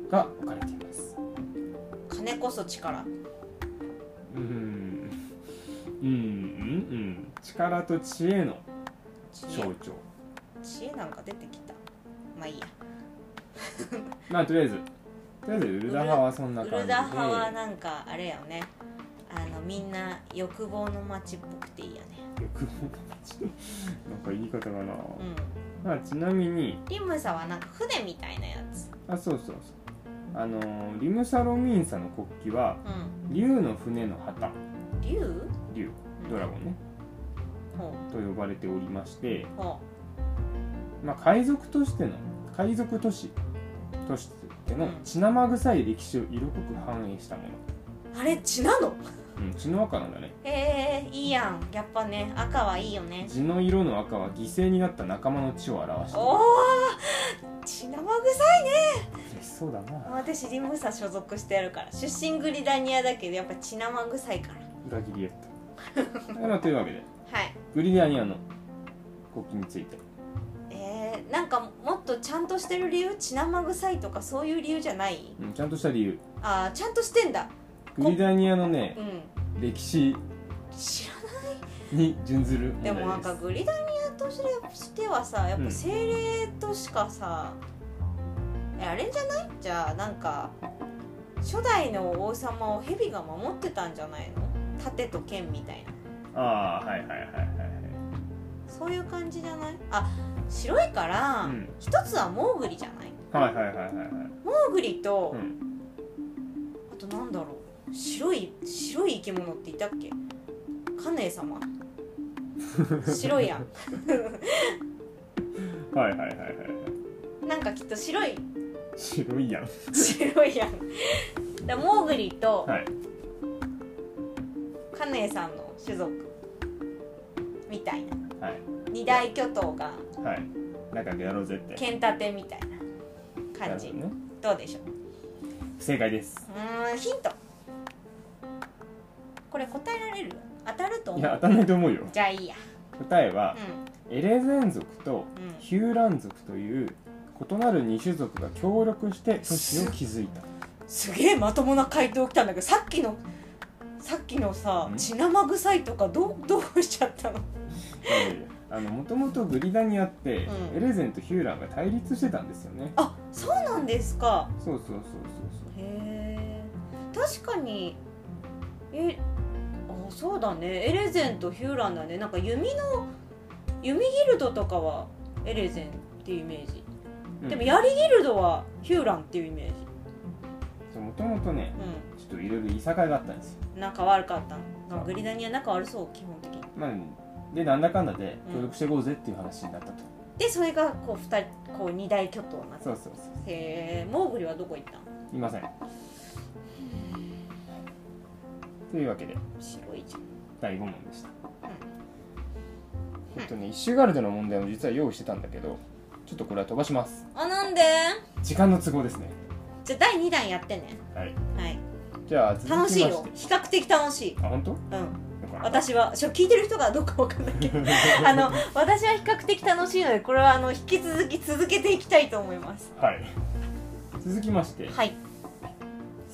Speaker 2: が置かれています
Speaker 1: 金こそ力
Speaker 2: うーんうんうんうん力と知恵の
Speaker 1: 知
Speaker 2: 象
Speaker 1: 恵
Speaker 2: 徴
Speaker 1: 知恵なんか出てきたまあいいや
Speaker 2: まあとりあえずとりあえずウルダハはそん [laughs] な
Speaker 1: ウ
Speaker 2: 感じで
Speaker 1: ルダハはなんかあれやよねあのみんな欲望の街っぽくていいよね
Speaker 2: 欲望なんか言い方がな、
Speaker 1: うん
Speaker 2: まあちなみに
Speaker 1: リムサはなんか船みたいなやつ
Speaker 2: あそうそうそうあのーリムサロミンサの国旗は
Speaker 1: うん
Speaker 2: 竜の船の旗
Speaker 1: 竜
Speaker 2: 竜ドラゴンね
Speaker 1: ほ
Speaker 2: と呼ばれておりまして、
Speaker 1: うほ
Speaker 2: まあ、海賊としての海賊都市としての
Speaker 1: うん
Speaker 2: 血生臭い歴史を色濃く反映したもの、
Speaker 1: うあれ血なの
Speaker 2: うん、血の赤なんだね
Speaker 1: へえいいやんやっぱね赤はいいよね
Speaker 2: 血の色の赤は犠牲になった仲間の血を表してい
Speaker 1: おお血生臭い
Speaker 2: る嬉しそうだな
Speaker 1: 私リムサ所属してやるから出身グリダニアだけどやっぱ血生臭いから
Speaker 2: 裏切りやったまあというわけで
Speaker 1: はい
Speaker 2: グリダニアの国旗について
Speaker 1: えー、なんかもっとちゃんとしてる理由血生臭いとかそういう理由じゃない
Speaker 2: うんちゃんとした理由
Speaker 1: あーちゃんとしてんだ
Speaker 2: グリダニアのね
Speaker 1: うん
Speaker 2: 歴史
Speaker 1: 知らな
Speaker 2: に準ずる問
Speaker 1: い
Speaker 2: 題
Speaker 1: で
Speaker 2: です
Speaker 1: もなんかグリダニアとしてはさやっぱ精霊としかさ、えあれじゃないじゃあなんか初代の王様を蛇が守ってたんじゃないの盾と剣みたいな
Speaker 2: ああはいはいはいはいはい
Speaker 1: そういう感じじゃないあ白いから、
Speaker 2: うん
Speaker 1: 一つはモーグリじゃない
Speaker 2: はいはいはいはいはい
Speaker 1: モーグリと、
Speaker 2: うん
Speaker 1: あとなんだろう白い白い生き物っていたっけカネイ
Speaker 2: [laughs]
Speaker 1: 様白いやん
Speaker 2: はいはいはいはいはい
Speaker 1: なんかきっと白い
Speaker 2: 白いやんは
Speaker 1: 白いやんだからモーグリと
Speaker 2: い
Speaker 1: カヌエさんの種族みたいな
Speaker 2: はい
Speaker 1: 二大巨頭が
Speaker 2: はい仲良くやろうぜって
Speaker 1: 剣立てみたいな感じ
Speaker 2: なるほどね
Speaker 1: どうでしょう
Speaker 2: 不正解です
Speaker 1: うーんヒントこれ答えられる当たると
Speaker 2: い
Speaker 1: 思
Speaker 2: や
Speaker 1: う
Speaker 2: 当たんないと思うよ
Speaker 1: じゃあいいや
Speaker 2: 答えは
Speaker 1: う、ん
Speaker 2: エレゼン族と
Speaker 1: うん
Speaker 2: ヒューラン族という異なる2種族が協力して都市を築い [laughs] た
Speaker 1: すげえまともな回答来たんだけどさっきのさっきのさ
Speaker 2: ん
Speaker 1: 血生臭いとかどう [laughs] どうしちゃったの
Speaker 2: あのもともとグリダニアって、
Speaker 1: うん
Speaker 2: エレゼンとヒューランが対立してたんですよね
Speaker 1: あそうなんですか
Speaker 2: そうそうそうそ
Speaker 1: へ
Speaker 2: う
Speaker 1: え確かにえあそうだねエレゼンとヒューランだねなんか弓の弓ギルドとかはエレゼンっていうイメージ、
Speaker 2: そう、うん、
Speaker 1: でも槍ギルドはヒューランっていうイメージ
Speaker 2: もともとねちょっといろいろいさかいがあったんですよ
Speaker 1: うん仲悪かったのグリダニア仲悪そう基本的に
Speaker 2: まあでなんだかんだで
Speaker 1: うん
Speaker 2: 協力していこうぜっていう話になったと、
Speaker 1: でそれがこう二人こう二大巨頭になった
Speaker 2: そ
Speaker 1: へ
Speaker 2: うそうそう
Speaker 1: えモーグリはどこ行ったの
Speaker 2: いませんというわけで
Speaker 1: 白いじゃん
Speaker 2: 第5問でした、
Speaker 1: ん
Speaker 2: えっとねイッシュガルドの問題も実は用意してたんだけどちょっとこれは飛ばします
Speaker 1: あなんで
Speaker 2: 時間の都合ですね
Speaker 1: じゃあ第二弾やってね
Speaker 2: はい
Speaker 1: はい
Speaker 2: じゃあ続きま
Speaker 1: 楽
Speaker 2: して
Speaker 1: しいよ比較的楽しい
Speaker 2: あ本当よ
Speaker 1: うん
Speaker 2: かった
Speaker 1: 私はしょ聞いてる人がどうかわかんない
Speaker 2: [laughs]
Speaker 1: けどあの私は比較的楽しいのでこれはあの引き続き続けていきたいと思います
Speaker 2: はい続きまして
Speaker 1: はい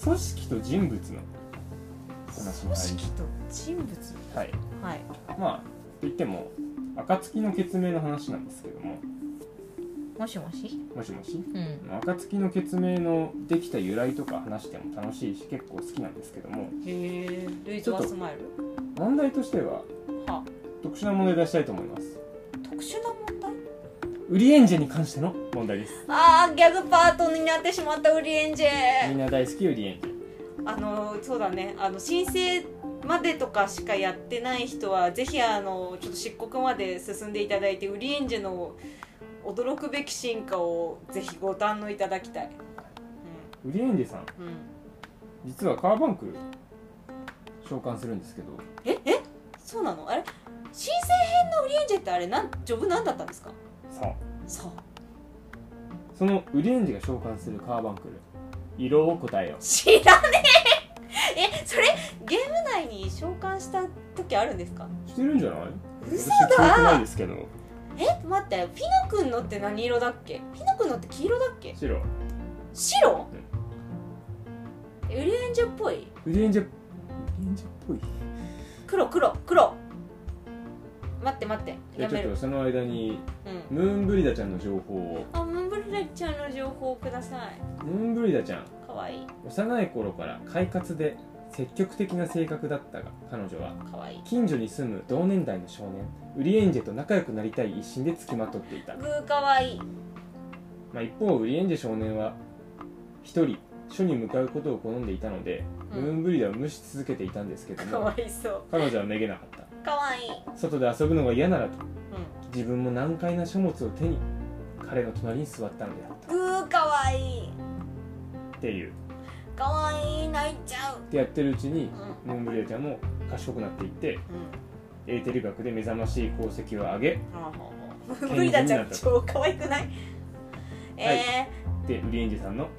Speaker 2: 組織と人物の話も
Speaker 1: 組
Speaker 2: 入り
Speaker 1: 織と人物
Speaker 2: はい
Speaker 1: はい
Speaker 2: まあといっても暁の決明の話なんですけども
Speaker 1: もしもし
Speaker 2: もしもし
Speaker 1: うん
Speaker 2: 暁の決明のできた由来とか話しても楽しいし結構好きなんですけども
Speaker 1: へえルイズ・ワスマイル
Speaker 2: 問題としては
Speaker 1: は
Speaker 2: 特殊な問題出したいと思います
Speaker 1: 特殊な問題
Speaker 2: ウリエンジェに関しての問題です
Speaker 1: あーギャグパートになってしまったウリエンジ
Speaker 2: み
Speaker 1: ェ
Speaker 2: んな大好きウリエンジェ
Speaker 1: あのそうだねあの申請までとかしかやってない人はぜひあのちょっと漆黒まで進んでいただいてウリエンジェの驚くべき進化をぜひご堪能いただきたい、
Speaker 2: ウリエンジェさん
Speaker 1: うんうん、
Speaker 2: 実はカーバンク召喚するんですけど
Speaker 1: ええそうなのあれ新生編のウリエンジェってあれなんジョブ何だったんですか
Speaker 2: さあ
Speaker 1: そう
Speaker 2: そのウリエンジェが召喚するカーバンクル色を答えよ
Speaker 1: 知らねえ [laughs] えそれゲーム内に召喚した時あるんですか
Speaker 2: うしてるんじゃない
Speaker 1: 嘘
Speaker 2: 私記憶ない
Speaker 1: だ
Speaker 2: ですけど
Speaker 1: え待ってピノ君のって何色だっけピノ君のって黄色だっけ
Speaker 2: 白
Speaker 1: 白えウリエンジェっぽい
Speaker 2: ウリエンジェウリエンジェっぽい
Speaker 1: 黒黒黒待って待って
Speaker 2: じゃ
Speaker 1: や
Speaker 2: あちょ
Speaker 1: め
Speaker 2: っ
Speaker 1: る
Speaker 2: とその間に
Speaker 1: うん
Speaker 2: ムーンブリダちゃんの情報を
Speaker 1: あムンブルレちゃんの情報ください
Speaker 2: ムーンブリダちゃん
Speaker 1: かわいい
Speaker 2: 幼い頃から快活で積極的な性格だったが彼女は
Speaker 1: かわいい
Speaker 2: 近所に住む同年代の少年ウリエンジェと仲良くなりたい一心でつきまとっていた、
Speaker 1: グーかわいい
Speaker 2: まあ、一方ウリエンジェ少年は一人書に向かうことを好んでいたので、
Speaker 1: うん
Speaker 2: ムーンブリダを無視続けていたんですけど
Speaker 1: か
Speaker 2: も
Speaker 1: わいそう
Speaker 2: 彼女はめげなかった
Speaker 1: かわいい
Speaker 2: 外で遊ぶのが嫌なら
Speaker 1: う
Speaker 2: と自分も難解な書物を手に彼の隣に座ったのであ
Speaker 1: ん
Speaker 2: っ
Speaker 1: グーかわいい
Speaker 2: たっていう
Speaker 1: かわいい泣いちゃう
Speaker 2: でやってるうちに
Speaker 1: うん
Speaker 2: ムーンブリダちゃんも賢くなっていってエーテル学で目覚ましい功績を上げ
Speaker 1: うんムンブリダちゃん超かわいくないえ
Speaker 2: でウリエンジェさんの
Speaker 1: ー、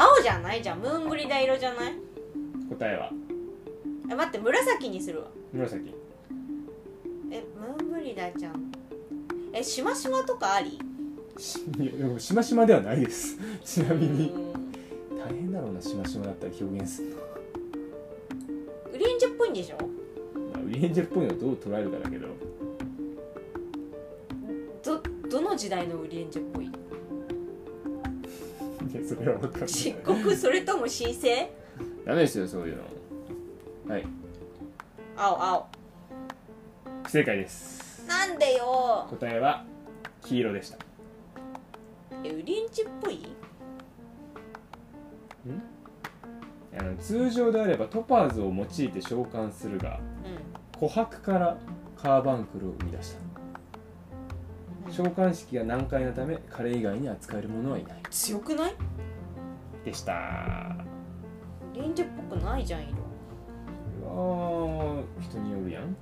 Speaker 1: 青じゃないじゃんムーンブリダ色じゃない
Speaker 2: 答えは
Speaker 1: え待って紫にするわ
Speaker 2: 紫
Speaker 1: えムーンブリダちゃんえしましまとかあり
Speaker 2: しいやでもしましまではないですちなみに
Speaker 1: うん
Speaker 2: 大変だろうなしましまだったら表現する
Speaker 1: ウリエンジェっぽいんでしょ
Speaker 2: の、まあ、ウリエンジェっぽいのをどう捉えるかだけど
Speaker 1: どどの時代のウリエンジェっぽい
Speaker 2: いやそれは分かんない
Speaker 1: 漆黒それとも神聖
Speaker 2: ダメですよそういうのはい
Speaker 1: 青青
Speaker 2: 不正解です
Speaker 1: なんでよ
Speaker 2: 答えは黄色でした
Speaker 1: えウリエンジェっぽい
Speaker 2: あの通常であればトパーズを用いて召喚するが
Speaker 1: う
Speaker 2: 琥珀からカーバンクルを生み出した
Speaker 1: ん
Speaker 2: 召喚式が難解なため彼以外に扱えるものはいない
Speaker 1: 強くない
Speaker 2: でした
Speaker 1: レンジっぽくないじゃん色
Speaker 2: うわー人によるやん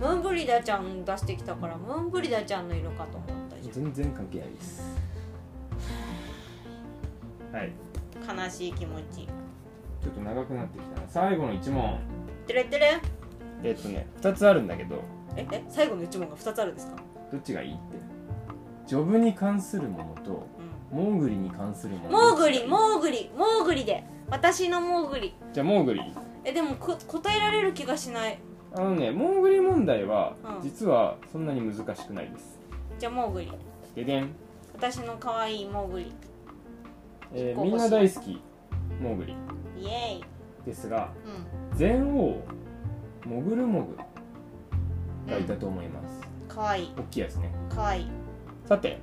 Speaker 1: ムーンブリダちゃん出してきたからムーンブリダちゃんの色かと思ったじ
Speaker 2: 全然関係ないです [sighs] はい
Speaker 1: ゃん悲しい気持ち
Speaker 2: ちょっと長くなってきたな最後の1問
Speaker 1: てれてれ
Speaker 2: えっとね2つあるんだけど
Speaker 1: ええ最後の一問が二つあるんですか
Speaker 2: どっちがいいってジョブに関するものと
Speaker 1: うん
Speaker 2: モーグリに関するもの
Speaker 1: モーグリモーグリモーグリで私のモーグリ
Speaker 2: じゃあモーグリ
Speaker 1: えでもこ答えられる気がしない
Speaker 2: あのねモーグリ問題は
Speaker 1: うん
Speaker 2: 実はそんなに難しくないです
Speaker 1: じゃあモーグリ
Speaker 2: ででん、
Speaker 1: 私の可愛いモーグリ
Speaker 2: えー
Speaker 1: ここ
Speaker 2: みんな大好きモーグリ
Speaker 1: イエーイ
Speaker 2: ですが
Speaker 1: う
Speaker 2: 全王モグルモグがいたと思います、
Speaker 1: ん可愛い
Speaker 2: 大きいやつね
Speaker 1: 可愛い
Speaker 2: さて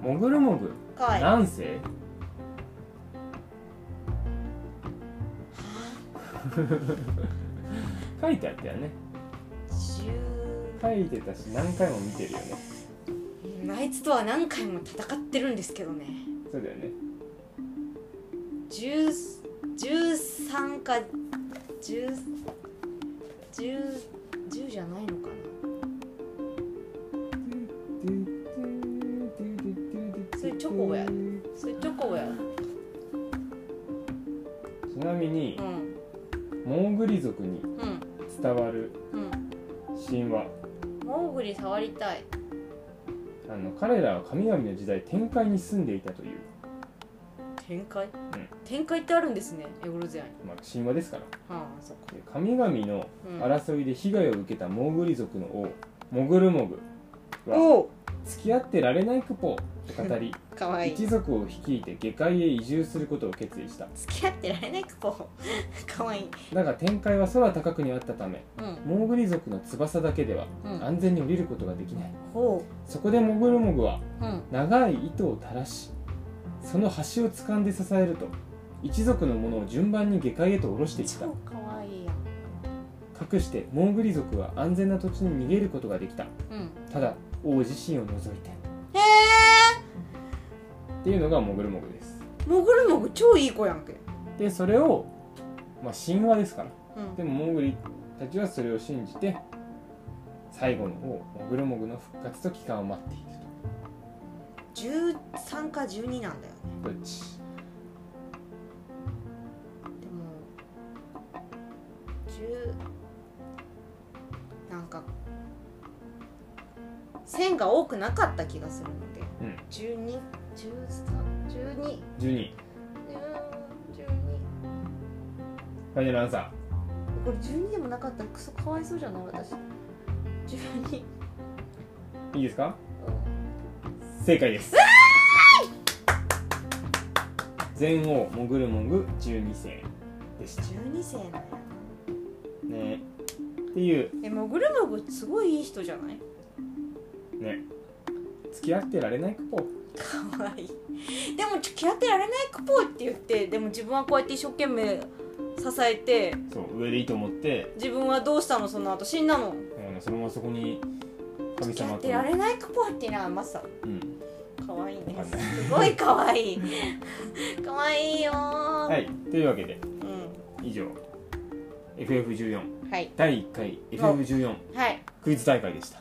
Speaker 2: モグルモグ
Speaker 1: 可愛い
Speaker 2: 何世 [laughs] 書いてあったよね書いてたし何回も見てるよね
Speaker 1: 10あいつとは何回も戦ってるんですけどね
Speaker 2: そうだよね
Speaker 1: 10 13か1010 10じゃないのかそれチョコやでなそれチョコやう
Speaker 2: ちなみに
Speaker 1: ん
Speaker 2: モーグリ族に
Speaker 1: うん
Speaker 2: 伝わる
Speaker 1: うん
Speaker 2: 神話
Speaker 1: モーグリ触りたい
Speaker 2: あの彼らは神々の時代天界に住んでいたという、
Speaker 1: 展開、展開ってあるんですねエゴロゼアに
Speaker 2: まあ、神話ですから
Speaker 1: はあそっか
Speaker 2: で神々の
Speaker 1: うん
Speaker 2: 争いで被害を受けたモーグリ族の王モグルモグは
Speaker 1: おお
Speaker 2: 付き合ってられないクポと語
Speaker 1: [laughs]
Speaker 2: り
Speaker 1: かわい
Speaker 2: 一
Speaker 1: い
Speaker 2: 族を率いて下界へ移住することを決意した
Speaker 1: 付き合ってられないかこう [laughs] かわいい
Speaker 2: だが天界は空高くにあったため
Speaker 1: うん
Speaker 2: モーグリ族の翼だけでは
Speaker 1: うん
Speaker 2: 安全に降りることができない、
Speaker 1: ほ
Speaker 2: そこでモグルモグは
Speaker 1: ううん
Speaker 2: 長い糸を垂らしその端を掴んで支えると一族のものを順番に下界へと下ろしていった
Speaker 1: 超かわいいやん
Speaker 2: かくしてモーグリ族は安全な土地に逃げることができた
Speaker 1: うん
Speaker 2: ただ王自身を除い
Speaker 1: へ
Speaker 2: てっていうのがモグルモグです
Speaker 1: えもぐるもぐ超いい子やんけ
Speaker 2: でそれをまあ神話ですから
Speaker 1: うん
Speaker 2: でもモグリたちはそれを信じて最後の王モグルモグの復活と帰還を待っている
Speaker 1: 13か12なんだよね
Speaker 2: とどっち
Speaker 1: でも10なんか線が多くなかった気がするので
Speaker 2: うん
Speaker 1: 121312 12
Speaker 2: 12
Speaker 1: うん
Speaker 2: ファイナルアンサ
Speaker 1: 12これ12でもなかったらクソかわいそうじゃない私12
Speaker 2: ーいいですか
Speaker 1: うん
Speaker 2: 正解です全王モグルモグ12世でした
Speaker 1: 12世なんやな
Speaker 2: ねっていう
Speaker 1: えもぐるもぐすごいいい人じゃない
Speaker 2: ね付き合ってられないクポ
Speaker 1: かわいいでも付き合ってられないクポって言ってでも自分はこうやって一生懸命支えて
Speaker 2: そう上でいいと思って
Speaker 1: 自分はどうしたのその後死んだの
Speaker 2: もうねそのままそこに神
Speaker 1: 付き合
Speaker 2: 様
Speaker 1: ってられないクポってなまさ
Speaker 2: うん
Speaker 1: かわいいね
Speaker 2: わかんない
Speaker 1: すごいかわいいかわいいよー
Speaker 2: はいというわけで
Speaker 1: う
Speaker 2: 以上 FF14
Speaker 1: んはい
Speaker 2: 第1回 FF14
Speaker 1: はい
Speaker 2: クイズ大会でした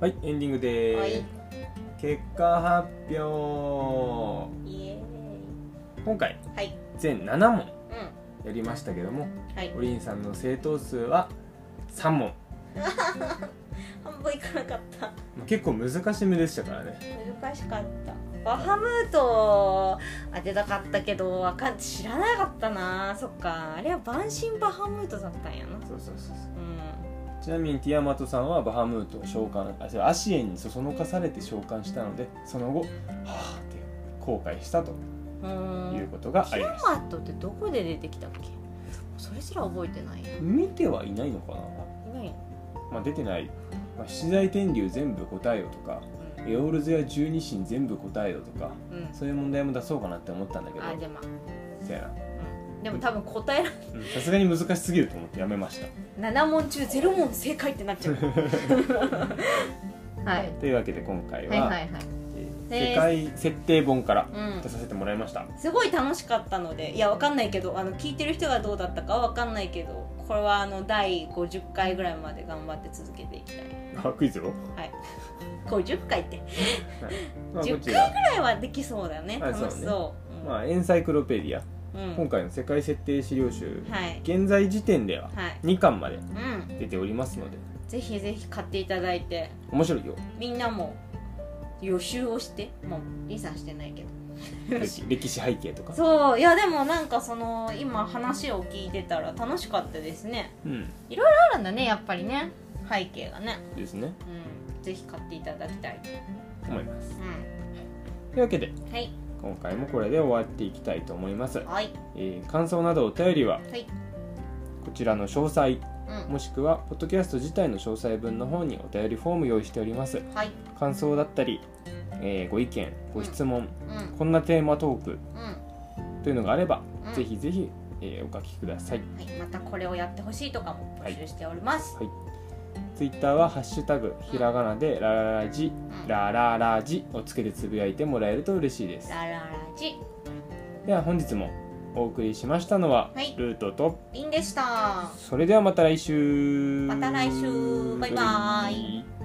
Speaker 2: はいエンディングで
Speaker 1: は
Speaker 2: ー
Speaker 1: い
Speaker 2: す結果発表
Speaker 1: イエ
Speaker 2: 今回
Speaker 1: ーイはい
Speaker 2: 全7問
Speaker 1: う
Speaker 2: やりましたけども
Speaker 1: んはい
Speaker 2: おりんさんの正答数は3問
Speaker 1: 半分いかなかった
Speaker 2: まあ結構難しめでしたからね
Speaker 1: 難しかったバハムート当てたかったけどわかん知らなかったなそっかあれは万神バハムートだったんやな
Speaker 2: そうそうそうそう
Speaker 1: う
Speaker 2: ちなみにティアマトさんはバハムートを召喚あ違うアシエンにそそのかされて召喚したのでその後はあって後悔したと
Speaker 1: んう
Speaker 2: い
Speaker 1: ー
Speaker 2: うんことがあ
Speaker 1: キ
Speaker 2: り
Speaker 1: ラ
Speaker 2: ました
Speaker 1: マットってどこで出てきたっけそれすら覚えてないやい
Speaker 2: 見てはいないのかな
Speaker 1: ないの
Speaker 2: まあ出てない、まあ、七大天竜全部答えよとか
Speaker 1: うん
Speaker 2: エオルズや十二神全部答えろとか
Speaker 1: うん
Speaker 2: そういう問題も出そうかなって思ったんだけど
Speaker 1: あでも、
Speaker 2: せや
Speaker 1: うん、でも多分答えら
Speaker 2: なうんさすがに難しすぎると思ってやめました
Speaker 1: 7問中0問正解ってなっ
Speaker 2: [laughs]
Speaker 1: ちゃうはい
Speaker 2: というわけで今回
Speaker 1: はい
Speaker 2: は、
Speaker 1: はいはい
Speaker 2: えー世界設定本から
Speaker 1: うん
Speaker 2: 出させてもらいました、
Speaker 1: すごい楽しかったのでいやわかんないけどあの聞いてる人がどうだったかはわかんないけどこれはあの第50回ぐらいまで頑張って続けていきたい
Speaker 2: あクイズを、
Speaker 1: [laughs] 50回って
Speaker 2: まあ、
Speaker 1: 10
Speaker 2: こちら
Speaker 1: ぐ、らいはできそうだよね
Speaker 2: あそうね
Speaker 1: 楽しそううん
Speaker 2: まあ、エンサイクロペディア
Speaker 1: うん
Speaker 2: 今回の世界設定資料集
Speaker 1: はい
Speaker 2: 現在時点では
Speaker 1: はい
Speaker 2: 2巻まで
Speaker 1: うん
Speaker 2: 出ておりますので
Speaker 1: ぜひぜひ買っていただいて
Speaker 2: 面白いよ
Speaker 1: みんなも予習をしてもうリサしてないけど
Speaker 2: 歴歴史背景とか
Speaker 1: そういやでもなんかその今話を聞いてたら楽しかったですね
Speaker 2: うん
Speaker 1: あるんだねやっぱりね背景がね
Speaker 2: ですね
Speaker 1: うんぜひ買っていただきたい
Speaker 2: 思います
Speaker 1: う
Speaker 2: というわけで
Speaker 1: んはい
Speaker 2: 今回もこれで終わっていきたいと思います、
Speaker 1: はい
Speaker 2: えー感想などお便りは
Speaker 1: はい
Speaker 2: こちらの詳細
Speaker 1: うん
Speaker 2: もしくはポッドキャスト自体の詳細文の方にお便りフォーム用意しております
Speaker 1: はい
Speaker 2: 感想だったり、えーご意見ご質問、
Speaker 1: うん
Speaker 2: こんなテーマトーク
Speaker 1: う
Speaker 2: というのがあれば、
Speaker 1: うん
Speaker 2: ぜひぜひ、えーお書きください
Speaker 1: んはいまたこれをやってほしいとかも
Speaker 2: はい
Speaker 1: 募集しております
Speaker 2: ツイッターは「ハッシュタグひらがな」で「ラララジ」
Speaker 1: うん
Speaker 2: 「
Speaker 1: ラ
Speaker 2: ラララジ」をつけてつぶやいてもらえると嬉しいです
Speaker 1: ララジ
Speaker 2: では本日もお送りしましたのは、
Speaker 1: はい
Speaker 2: ルートと
Speaker 1: リンでした
Speaker 2: それではまた来週
Speaker 1: また来週バイバイ